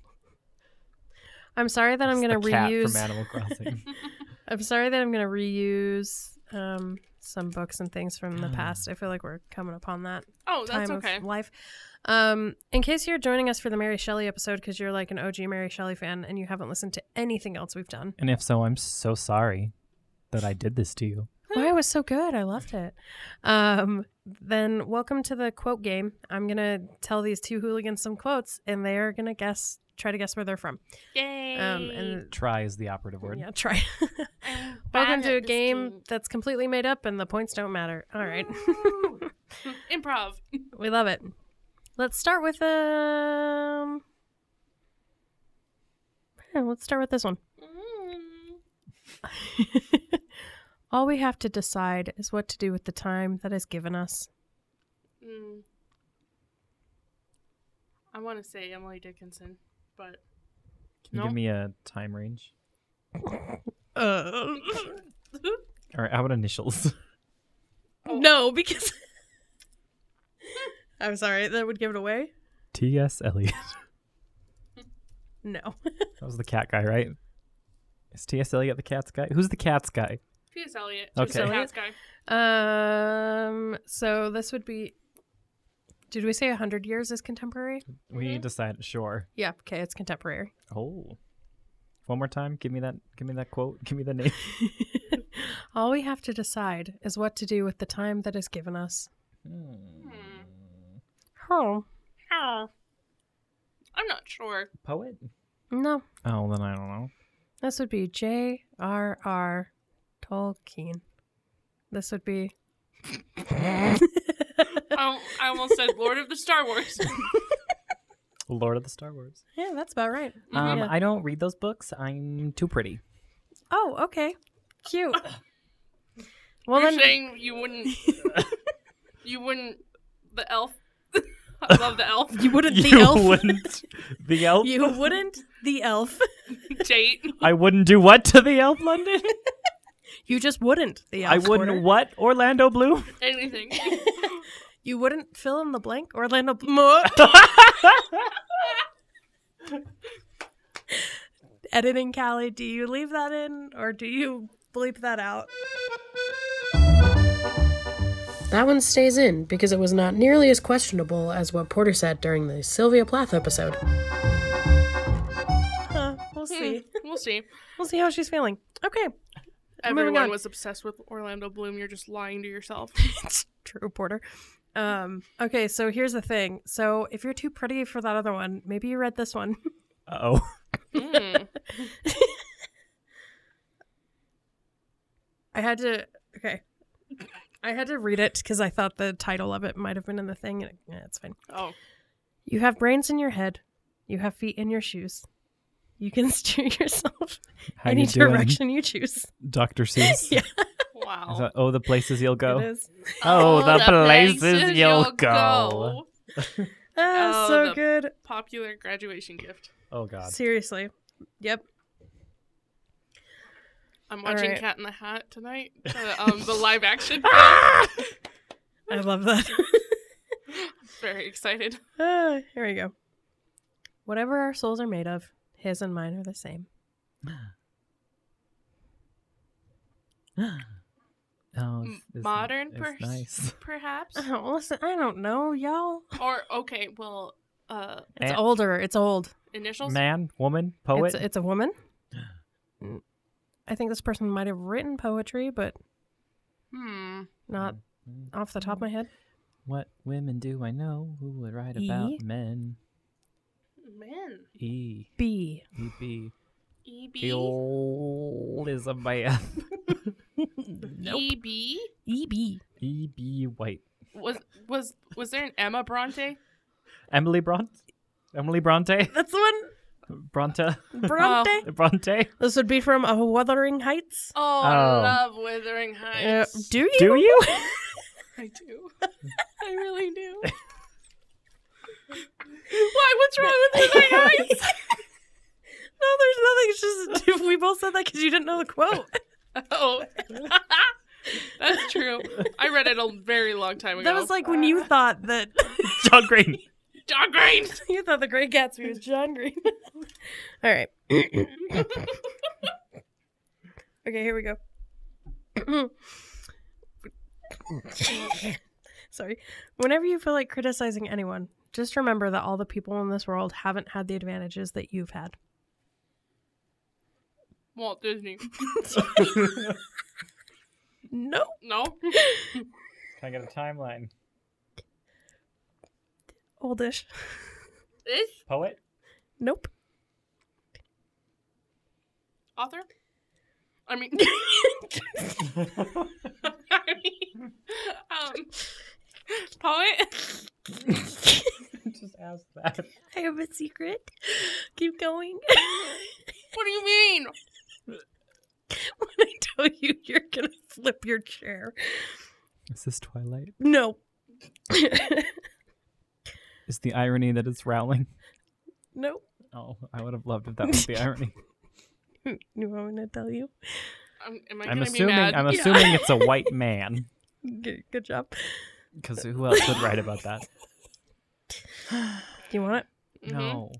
B: I'm sorry that I'm
A: It's
B: gonna
A: the cat
B: reuse.
A: from Animal Crossing.
B: I'm sorry that I'm gonna reuse um, some books and things from the
A: Ah.
B: past. I feel like we're coming upon that
C: oh, that's
B: time
C: okay.
B: of life. Um, in case you're joining us for the Mary Shelley episode because you're like an OG Mary Shelley fan and you haven't listened to anything else we've done,
A: and if so, I'm so sorry that I did this to you.
B: Why it was so good. I loved it. Um, then welcome to the quote game. I'm gonna tell these two hooligans some quotes, and they are gonna guess, try to guess where they're from.
C: Yay.
B: Um, and
A: Try is the operative word.
B: yeah, try.
C: I'm
B: welcome
C: bad
B: to
C: at
B: a
C: Oh, this
B: game that's completely made up, and the points don't matter. All right,
C: Woo. Improv.
B: we love it. Let's start with um. yeah, Let's start with this one.
C: Mm.
B: All we have to decide is what to do with the time that is given us.
C: Mm. I want to say Emily Dickinson, but
A: Can you
C: No.
A: give me a time range?
B: Uh,
A: Or how about initials?
B: No, because I'm sorry, that would give it away.
A: T.S. Eliot.
B: No.
A: That was the cat guy, right? Is T.S. Eliot the cat's guy? Who's the cat's guy?
C: P.S. Eliot.
A: Okay.
C: Just a cat's guy.
B: Um so this would be Did we say 100 years is contemporary?
A: We
B: Mm-hmm.
C: Mhm.
A: decided. Sure.
B: Yeah, okay, it's contemporary.
A: Oh. One more time. Give me that. Give me that quote. Give me the name.
B: All we have to decide is what to do with the time that is given us.
A: Hmm.
B: Oh,
C: Oh. I'm not sure.
A: Poet.
B: no.
A: Oh, then I don't know.
B: This would be J.R.R. Tolkien. This would be
C: I, I almost said Lord of the Star Wars.
A: Lord of the Star Wars.
B: Yeah, that's about right.
A: Um,
B: Yeah.
A: I don't read those books. I'm too pretty.
B: Oh, okay. Cute. Well
C: Well, You're
B: then
C: saying you wouldn't. you wouldn't. The elf. I love the elf.
B: You wouldn't the
A: you
B: elf.
A: wouldn't. The elf.
B: You wouldn't the elf.
C: Date.
A: I wouldn't do what to the elf, London.
B: You just wouldn't the elf.
A: I wouldn't
B: Porter.
A: what Orlando Bloom.
C: Anything. Hmm,
B: You wouldn't fill in the blank Orlando. Bl- Editing Callie, do you leave that in or do you bleep that out? That one stays in because it was not nearly as questionable as what Porter said during the Sylvia Plath episode. Huh,
C: Hmm.
B: we'll see.
C: we'll see.
B: We'll see how she's feeling. Okay. Moving
C: Everyone
B: on.
C: was obsessed with Orlando Bloom. You're just lying to yourself.
B: it's true, Porter. Um, okay, so here's the thing. So if you're too pretty for that other one, maybe you read this one.
A: Oh,
C: Mm.
B: I had to. Okay. I had to read it because I thought the title of it might have been in the thing. And it, yeah, it's fine.
C: Oh.
B: You have brains in your head. You have feet in your shoes. You can steer yourself
A: how
B: any
A: you doing,
B: direction you choose.
A: Doctor Seuss?
B: Yeah.
C: Wow.
A: Is that, oh,
B: Oh,
A: the places you'll go.
B: It is.
A: Oh, the places you'll go.
B: Ah,
C: Oh,
B: so
C: the-
B: good.
C: Popular graduation gift.
A: Oh god.
B: Seriously. Yep.
C: I'm
B: All
C: watching
B: right.
C: Cat in the Hat tonight. The, um, the live action.
B: I love that.
C: Very excited.
B: ah, here we go. Whatever our souls are made of, his and mine are the same.
A: Oh,
C: M- modern pers- perhaps.
B: Oh, listen, I don't know, y'all.
C: or okay, well, uh,
B: It's
A: Man-
B: older. It's old.
C: initials.
A: Man, woman, poet.
B: It's, it's a woman. I think this person might have written poetry, but
C: Hmm.
B: not
A: Mm.
B: off the top of my head.
A: What women do I know who would write about
B: E?
A: men?
C: Men.
A: E
B: B.
A: E B
C: E B.
A: Elizabeth
C: E B.
B: E B.
A: E B White
C: Was was was there an Emma Bronte?
A: Emily Bronte Emily Bronte
B: That's the one.
A: Bronte
B: Bronte.
A: Bronte.
B: This would be from A Wuthering Heights.
C: Oh, I
A: Oh.
C: love Withering
B: Uh,
C: Heights.
B: do you?
A: Do you?
C: I do. I really do. Why? What's wrong with Withering Heights?
B: No, there's nothing. It's just we both said that because you didn't know the quote.
C: Oh, that's true. I read it a very long time ago.
B: that was like when you thought that
A: John Green.
C: John Green.
B: you thought the Great Gatsby was John Green. All right. okay, here we go. Sorry. Whenever you feel like criticizing anyone, just remember that all the people in this world haven't had the advantages that you've had.
C: Walt Disney.
B: No.
C: No.
A: Can I get a timeline?
B: Oldish.
C: This
A: Poet?
B: Nope.
C: author. I mean. I mean, um, poet.
A: Just ask that.
B: I have a secret. Keep going.
C: What do you mean?
B: when I tell you, you're gonna flip your chair.
A: Is this Twilight?
B: No.
A: Is the irony that it's Rowling?
B: nope.
A: Oh, I would have loved if that was the irony.
B: You want me to tell you?
C: Um, am I
A: I'm
C: gonna be
A: assuming
C: mad?
A: I'm
B: Yeah.
A: assuming it's a white man.
B: Good, good job.
A: Because who else would write about that?
B: Do you want it?
C: Mhm.
A: No.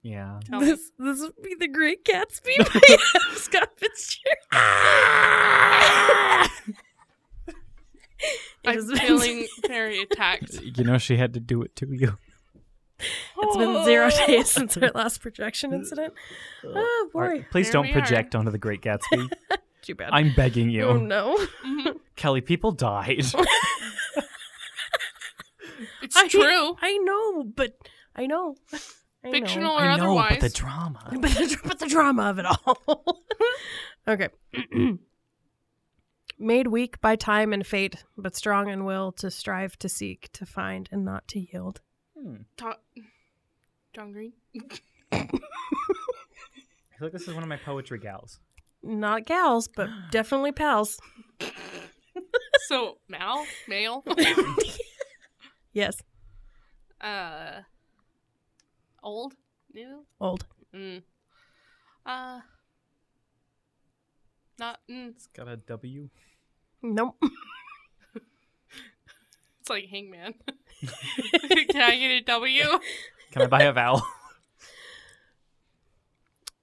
A: Yeah.
C: Tell me.
B: this this would be the Great Gatsby by F. Scott Fitzgerald. It
C: I'm
B: has been-
C: feeling very attacked.
A: You know she had to do it to you.
B: It's
C: Oh.
B: been zero days since our last projection incident. Oh
A: All
B: boy,
A: right, please
C: There
A: don't
C: we
A: project onto the Great Gatsby.
B: too bad.
A: I'm begging you,
B: oh no,
C: Mhm.
A: Kelly. People died.
C: It's
B: I-
C: true.
B: I know, but I know, I know.
C: Fictional or
A: I know,
C: otherwise.
A: but the drama.
B: but, the, but the drama of it all. okay. Made weak by time and fate, but strong in will to strive, to seek, to find, and not to yield.
A: Hmm.
C: Ta- John Green.
A: I feel like this is one of my poetry gals.
B: Not gals, but definitely pals.
C: So Mal, male.
B: Yes,
C: Uh, old, new.
B: old.
C: Mm. Uh, not. Mm,
A: It's got a W.
B: Nope.
C: it's like Hangman. Can I get a W?
A: Can I buy a vowel?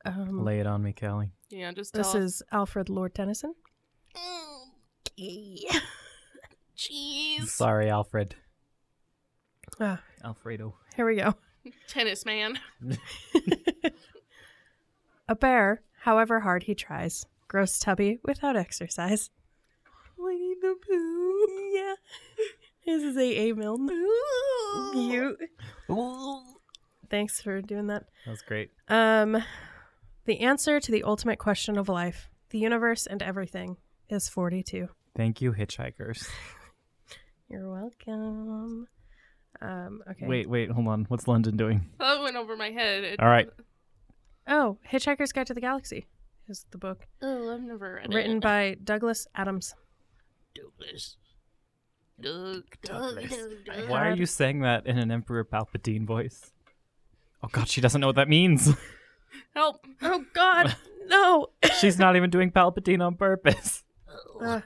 B: Um,
A: Lay it on me, Kelly.
C: Yeah, just tell
B: this
C: us.
B: is Alfred Lord Tennyson.
C: Mm,
A: I'm
C: Jeez.
A: Sorry, Alfred.
B: Ah,
A: Alfredo.
B: here we go.
C: Tennis man.
B: A bear, however hard he tries, grows tubby without exercise. Winnie the Pooh. Yeah. This is A. A. Milne. You. Thanks for doing that.
A: That was great.
B: Um, the answer to the ultimate question of life, the universe, and everything is 42.
A: Thank you, hitchhikers.
B: You're welcome. Um, okay.
A: Wait, wait, hold on. What's London doing?
C: That went over my head. It-
A: All right.
B: Oh, Hitchhiker's Guide to the Galaxy is the book
C: Oh, I've never read
B: written
C: it.
B: by Douglas Adams.
C: Douglas. Doug,
A: Douglas. Why are you saying that in an Emperor Palpatine voice? Oh god, she doesn't know what that means.
C: Help.
B: Oh God, no.
A: She's not even doing Palpatine on purpose.
B: Uh,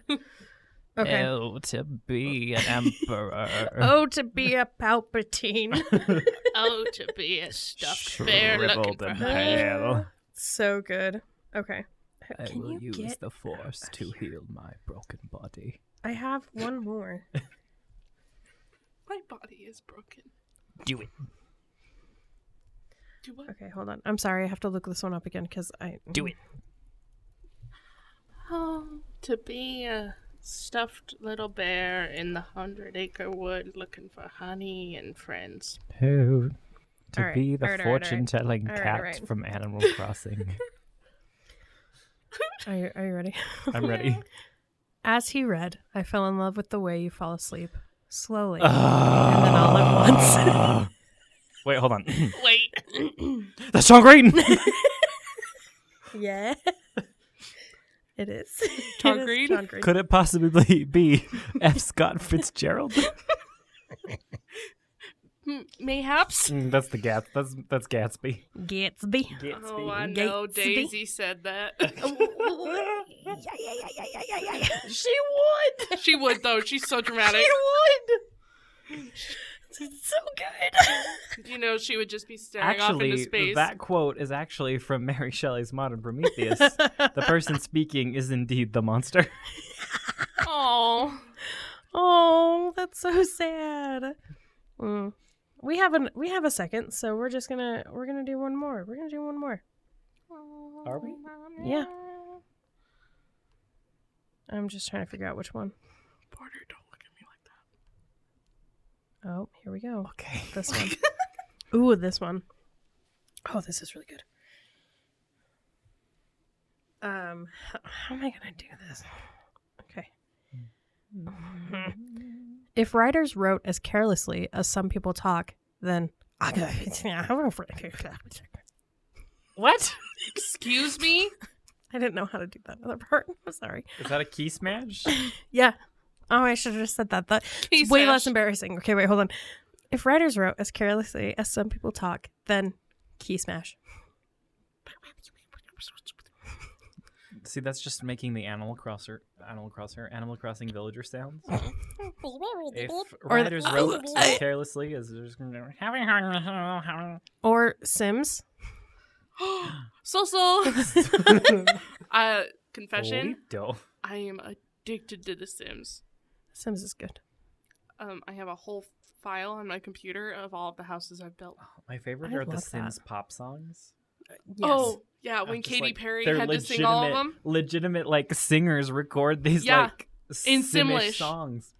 B: okay.
A: Oh, to be an emperor.
B: Oh, to be a Palpatine.
C: Oh, to be a stuffed bear looking
A: Shriveled
C: for
A: and
C: honey.
A: pale.
B: so good. Okay.
A: I
B: Can
A: will
B: you
A: use
B: get
A: the force to heal my broken body.
B: I have one more.
C: My body is broken.
A: Do it.
C: Do what?
B: Okay, hold on. I'm sorry. I have to look this one up again because I
A: Do it.
C: Oh, to be a stuffed little bear in the hundred acre wood looking for honey and friends.
A: Oh, to
B: Alright,
A: be the
B: alright, alright, alright.
A: fortune telling
B: Alright,
A: cat
B: alright.
A: from Animal Crossing.
B: Are you, are you ready?
A: I'm ready.
B: As he read, I fell in love with the way you fall asleep slowly.
A: Ah. and
B: then all at
A: once. Wait, hold on.
C: Wait.
A: That's Sean Green!
B: yeah. It is.
C: Tom
B: It is
C: Green?
B: Tom Green.
A: Could it possibly be F. Scott Fitzgerald?
C: Hmm, Mayhaps.
A: Mm, that's the Gats. That's that's Gatsby.
B: Gatsby.
C: Oh, I know
B: Yatesby.
C: Daisy said that.
B: she would.
C: she would, though. She's so dramatic.
B: It's so good.
C: You know, she would just be staring off into
A: Actually,
C: space.
A: that quote is actually from Mary Shelley's Modern Prometheus. the person speaking is indeed the monster.
C: Oh,
B: oh, that's so sad. Mm. We have an we have a second, so we're just gonna we're gonna do one more. We're gonna do one more.
A: Are we?
B: Yeah. I'm just trying to figure out which one.
C: Porter, don't look at me like
B: Oh,
C: that.
B: here we go.
A: Okay.
B: This one. Ooh, this one. Oh, this is really good. Um, h- how am I gonna do this? Okay. If writers wrote as carelessly as some people talk, then I
C: What? Excuse me?
B: didn't know how to do that other part. I'm sorry.
A: Is that a key smash?
B: Yeah. Oh, I should have just said that. That
C: Key
B: way
C: smash.
B: less embarrassing. Okay, wait, hold on. If writers wrote as carelessly as some people talk, then key smash.
A: See, that's just making the Animal Crosser, Animal Crosser, Animal Crossing villager sounds. If writers wrote as carelessly as there's
B: Or Sims.
C: so so. Uh, confession.
A: Burrito.
C: I am addicted to The Sims.
B: Sims is good.
C: Um, I have a whole file on my computer of all of the houses I've built.
A: My favorite
B: I
A: are the
B: love that.
A: Sims pop songs.
B: Yes.
C: Oh, yeah, when
A: I'm just
C: Katy
A: like,
C: Perry
A: they're
C: had to sing all of them.
A: legitimate- Legitimate like singers record these
C: Yeah,
A: like
C: in
A: Simish
C: Simlish.
A: songs.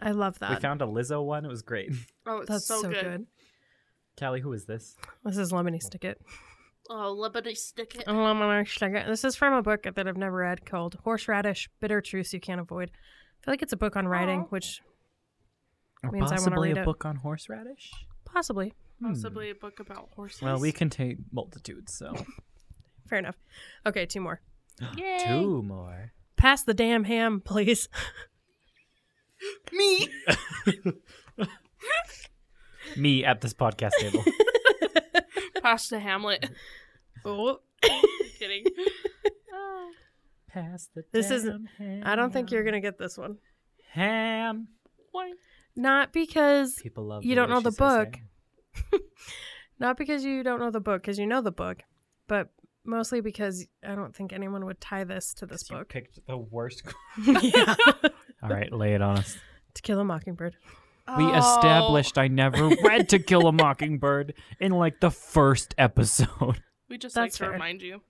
B: I love that.
A: We found a Lizzo one. It was great.
C: Oh, it's
B: That's
C: so, good.
A: Callie, who is this?
B: This is Lemony Snicket.
C: Oh, Liberty Stick It.
B: Lemony Snicket. This is from a book that I've never read called Horseradish Bitter Truths You Can't Avoid. I feel like it's a book on writing,
C: Aw.
B: which
A: Or
B: Means I wanna
A: possibly
B: read
A: a
B: it.
A: book on horseradish?
B: possibly.
C: Possibly a book about horses.
A: Well, we contain multitudes, so
B: Fair enough. Okay, two more.
C: Yay.
A: two more.
B: Pass the damn ham, please.
C: Me.
A: Me at this podcast table.
C: Pasta Hamlet.
B: Oh.
C: Kidding. Oh.
A: Pass the
B: This
A: damn
B: isn't-
A: ham.
B: I don't think you're going to get this one.
A: ham.
C: Why?
B: Not because
A: People love
B: You
A: the
B: don't
A: way
B: know the
A: she says
B: book.
A: ham.
B: not because you don't know the book cuz you know the book, but mostly because I don't think anyone would tie this to this
A: You
B: book.
A: picked the worst.
B: yeah.
A: All right, lay it on us.
B: to Kill a Mockingbird.
A: We
C: Oh.
A: established I never read To Kill a Mockingbird in like the first episode.
C: We just
B: That's
C: like to
B: fair.
C: remind you.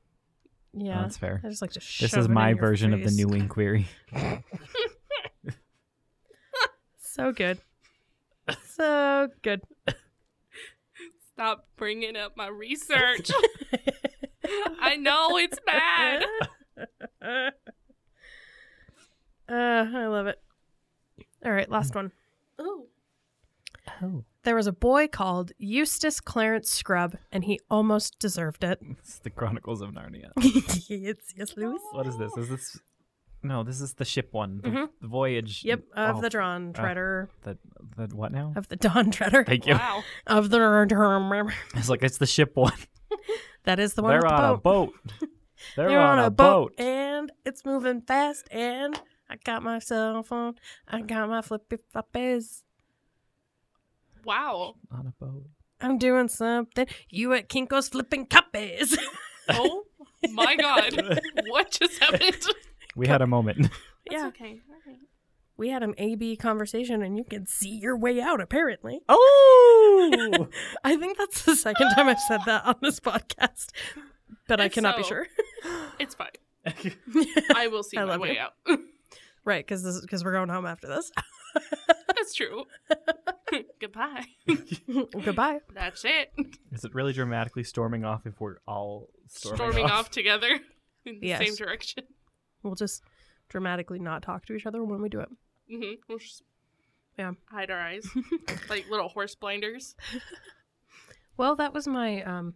B: Yeah.
A: Oh, That's fair.
B: I just like to shove
A: This is
B: it
A: my
B: in your
A: version of the
B: face.
A: New Inquiry.
B: So good. So good.
C: Stop bringing up my research. I know it's bad.
B: uh, I love it. All right, last one.
C: Ooh.
A: Oh,
B: There was a boy called Eustace Clarence Scrub, and he almost deserved it.
A: it's the Chronicles of Narnia. Oh.
B: yes, yes, Louis.
A: What is this? Is this No, this is the ship one. The,
B: Mhm.
A: the voyage.
B: Yep, of
A: oh,
B: the Dawn Treader.
A: the, the what now?
B: of the Dawn Treader.
A: Thank you.
C: Wow.
B: Of the Dawn
A: It's like it's the ship one.
B: That is the one
A: They're
B: with the
A: on
B: boat.
A: a boat. They're, on, a boat.
B: and it's moving fast. And I got my cell phone. I got my flippy floppies.
C: Wow.
A: On a boat.
B: I'm doing something. You at Kinko's flipping copies.
C: Oh my god. What just happened?
A: We had a moment.
B: yeah,
C: okay. All right.
B: we had an AB conversation, and you can see your way out. Apparently,
A: Oh.
B: I think that's the second time I've said that on this podcast, but I
C: If
B: cannot be
C: so.
B: sure.
C: It's fine.
A: That's
C: I will see
B: I
C: my
B: love
C: way
B: you.
C: out.
B: right, because because we're going home after this.
C: That's true. Goodbye.
B: Goodbye.
C: That's it.
A: Is it really dramatically storming off if we're all storming,
C: Storming, off. together in the same
B: Yes.
C: direction.
B: We'll just dramatically not talk to each other when we do it.
C: hmm We'll just
B: Yeah.
C: hide our eyes like little horse blinders.
B: Well, that was my um,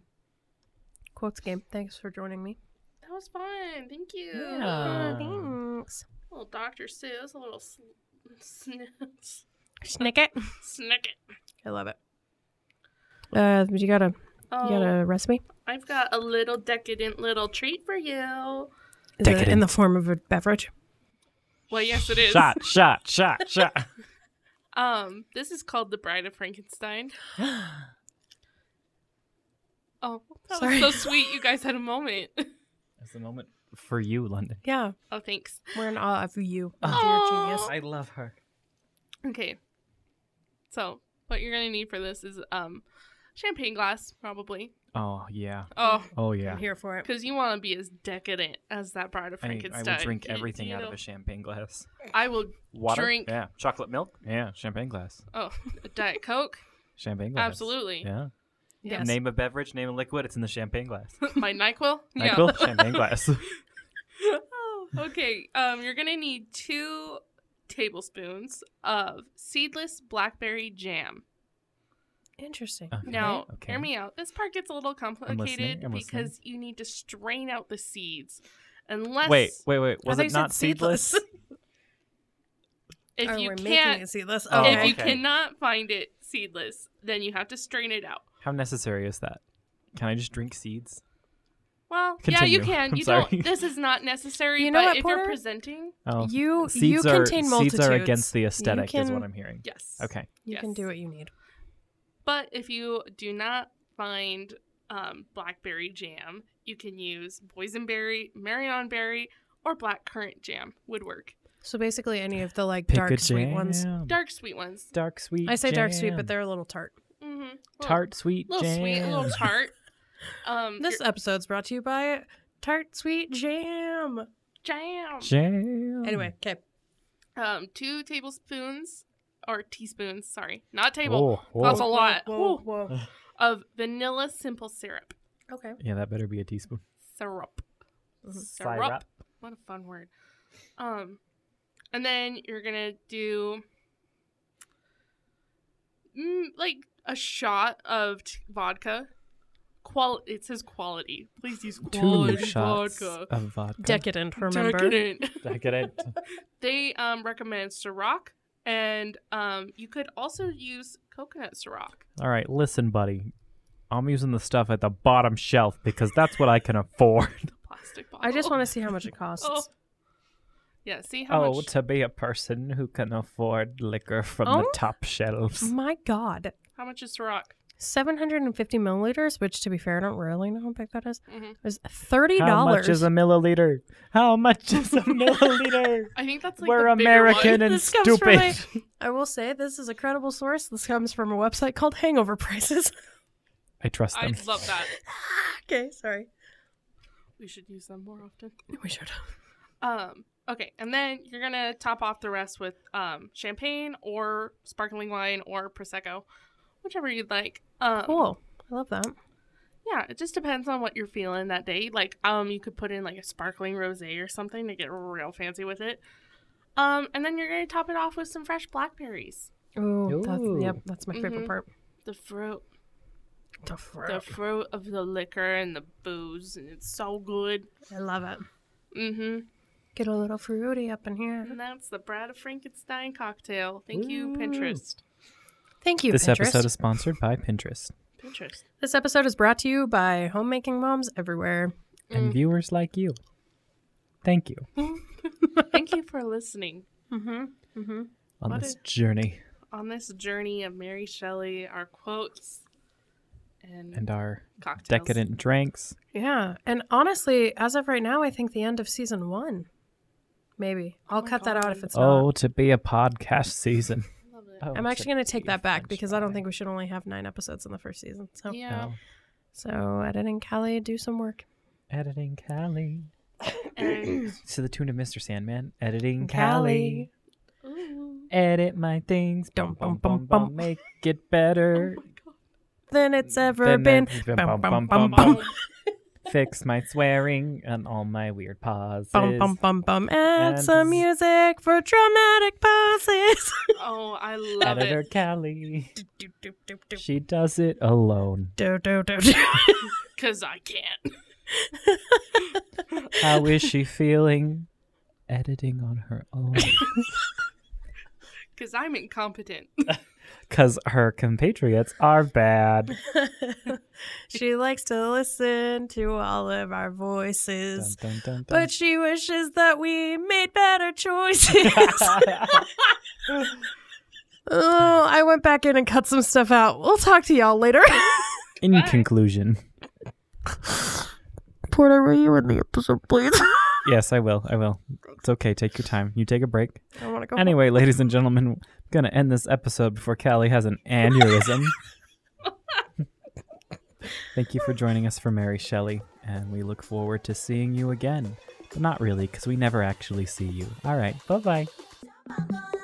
B: quotes game. Thanks for joining me.
C: That was fun. Thank you.
A: Yeah. Ah.
B: thanks.
C: A little Dr. Seuss, a little sn- sn-
B: Snicket.
C: snicket.
B: I love it. Uh, but you got a
C: Oh,
B: you got a recipe?
C: I've got a little decadent little treat for you.
B: Is it in
A: Decadent.
B: the form of a beverage?
C: Well, yes, it is.
A: Shot, shot, shot, shot.
C: Um, this is called the Bride of Frankenstein. Oh, that
B: Sorry.
C: was so sweet. You guys had a moment.
A: It's the moment for you, London.
B: Yeah,
C: Oh, thanks.
B: we're in awe of you,
C: Aw.
B: dear genius.
A: I love her.
C: Okay. So, what you're gonna need for this is um, champagne glass probably.
A: Oh yeah.
C: Oh,
A: Oh
B: I'm
A: yeah.
B: here for it.
C: because you want to be as decadent as that Bride of
A: I, I
C: Frankenstein.
A: will drink
C: You-
A: everything
C: you
A: out of
C: know-
A: a champagne glass.
C: I will.
A: Water.
C: Drink.
A: Yeah. Chocolate milk. Yeah. Champagne glass.
C: Oh, a diet coke.
A: Champagne glass.
C: Absolutely.
A: Yeah.
B: Yes.
A: Name a beverage. Name a liquid. It's in the champagne glass.
C: My Nyquil. Yeah.
A: Michael, champagne glass.
C: Oh, okay. Um, you're gonna need two tablespoons of seedless blackberry jam.
B: Interesting.
A: Okay.
C: Now,
A: Okay.
C: hear me out. This part gets a little complicated
A: I'm listening.
C: because you need to strain out the seeds. Unless
A: Wait, wait, wait. Was
B: thought you
A: it
B: said
A: not seedless?
B: seedless.
C: if
B: oh,
C: you
B: we're making
C: can't
B: it seedless.
A: Oh,
C: if
B: Okay.
C: you
A: okay.
C: cannot find it seedless, then you have to strain it out.
A: How necessary is that? Can I just drink seeds?
C: Well, yeah,
A: Continue.
C: you can.
A: I'm
C: you
A: sorry.
C: don't. This is not necessary.
B: You know
C: but
B: what,
C: if
B: Porter?
C: you're presenting,
A: Oh,
B: you you
A: seeds are
B: contain multitudes.
A: seeds are against the aesthetic, is
B: can-
A: what I'm hearing.
C: yes.
A: Okay.
B: You can
C: Yes.
B: do what you need.
C: But if you do not find um, blackberry jam, you can use boysenberry, marionberry, or blackcurrant jam would work.
B: So basically, any of the like
A: Pick
B: dark
A: a
B: sweet ones.
A: jam.
C: Dark sweet ones.
A: Dark sweet.
B: I say dark sweet,
A: jam.
B: but they're a little tart.
C: Mm-hmm.
A: tart sweet
C: little
A: jam.
C: sweet, a little tart. Um,
B: This
C: your-
B: episode's brought to you by Tart Sweet Jam.
C: jam.
A: Jam.
B: Anyway, okay.
C: Um, two tablespoons or teaspoons, sorry, not table.
A: Oh, oh.
C: That's a lot
B: Whoa,
C: Ooh,
B: whoa.
C: of vanilla simple syrup.
B: Okay.
A: Yeah, that better be a teaspoon.
C: Syrup.
B: Mhm.
C: Syrup. What a fun word. Um, and then you're gonna do mm, like a shot of t- vodka. Qual. It says quality. Please use quality
A: Two shots
C: vodka.
A: of vodka.
B: Decadent, remember?
C: Decadent.
A: Decadent.
C: they um, recommend Ciroc, and um, you could also use coconut Ciroc.
A: All right, listen, buddy. I'm using the stuff at the bottom shelf because that's what I can afford.
C: Plastic bottle.
B: I just want to see how much it costs.
C: Oh. Yeah. See how
A: oh,
C: much.
A: to be a person who can afford liquor from the
B: Oh.
A: top shelves.
B: My God.
C: how much is Ciroc?
B: 750 milliliters, which to be fair, I don't really know how big that is,
C: Mhm.
B: was $30.
A: How much is a milliliter? How much is a milliliter?
C: I think that's like
A: We're
C: the bigger
A: American
C: one.
A: and
B: This comes from
A: stupid.
B: my- I will say this is a credible source. This comes from a website called Hangover Prices.
A: I trust
C: I
A: them.
C: love that.
B: okay, sorry.
C: We should use them more often.
B: We should.
C: Um, okay, and then you're gonna top off the rest with um, champagne or sparkling wine or prosecco, whichever you'd like. Um,
B: Cool. I love that.
C: Yeah, it just depends on what you're feeling that day. Like, um, you could put in like a sparkling rosé or something to get real fancy with it. Um, and then you're gonna top it off with some fresh blackberries.
B: Ooh, that's, yep,
A: Ooh.
B: that's my favorite
C: Mhm.
B: part.
C: The fruit,
B: The
C: the
B: fruit.
C: fruit of the liquor and the booze, and it's so good.
B: I love it.
C: Mm-hmm.
B: Get a little fruity up in here.
C: And that's the Brad of Frankenstein cocktail. Thank you, Pinterest.
B: Thank you,
A: this
B: Pinterest.
A: episode is sponsored by Pinterest
C: Pinterest.
B: This episode is brought to you by homemaking moms everywhere.
A: and
C: Mm.
A: viewers like you. Thank you
C: Thank you for listening
B: Mm-hmm. Mm-hmm.
A: on
C: What
A: this
C: a-
A: journey
C: on this journey of Mary Shelley, our quotes and,
A: and our
C: cocktails.
A: decadent drinks.
B: Yeah. And honestly, as of right now, I think the end of season one. Maybe. I'll
C: my
B: cut that out
C: God.
B: if it's
A: Oh,
B: not.
A: to be a podcast season.
C: I love it.
A: Oh,
B: I'm
A: to
B: actually going to take
A: be a
B: that back
A: French
B: because I don't
A: fry.
B: think we should only have nine episodes in the first season. So,
C: Yeah.
A: Oh,
B: so editing Callie, do some work.
A: editing Callie.
C: And,
A: To the tune of Mr. Sandman. Editing Callie.
B: Callie.
C: ooh.
A: Edit my things.
B: Dum,
A: bum,
B: bum,
A: bum,
B: bum,
A: bum,
B: bum.
A: Make it
C: Oh
A: better.
B: Than it's ever
A: Then
B: been.
A: that's-
B: Bum, bum,
A: bum.
B: bum, bum,
A: Fix my swearing and all my weird pauses.
B: bum, bum, bum, bum. Add
A: And
B: some
A: z-
B: music for dramatic pauses.
C: Oh, I love
A: Editor
C: it.
A: Callie.
B: do, do, do, do.
A: She does it alone.
B: Do, do, do, do.
C: Because I can't.
A: How is she feeling? Editing on her own.
C: Because I'm incompetent.
A: Because her compatriots are bad.
B: she likes to listen to all of our
A: Dun,
B: voices,
A: dun, dun, dun.
B: but she wishes that we made better choices. oh, I went back in and cut some stuff out. We'll talk to y'all later.
A: In
C: Bye.
A: conclusion,
B: Porter, will you in the episode, please?
A: yes, I will. I will. It's okay. Take your time. You take a break.
B: I want to go.
A: Anyway, ladies and gentlemen, I'm gonna end this episode before Callie has an aneurysm. Thank you for joining us for Mary Shelley, and we look forward to seeing you again. Not really, because we never actually see you. All right, bye bye.
D: Someone gonna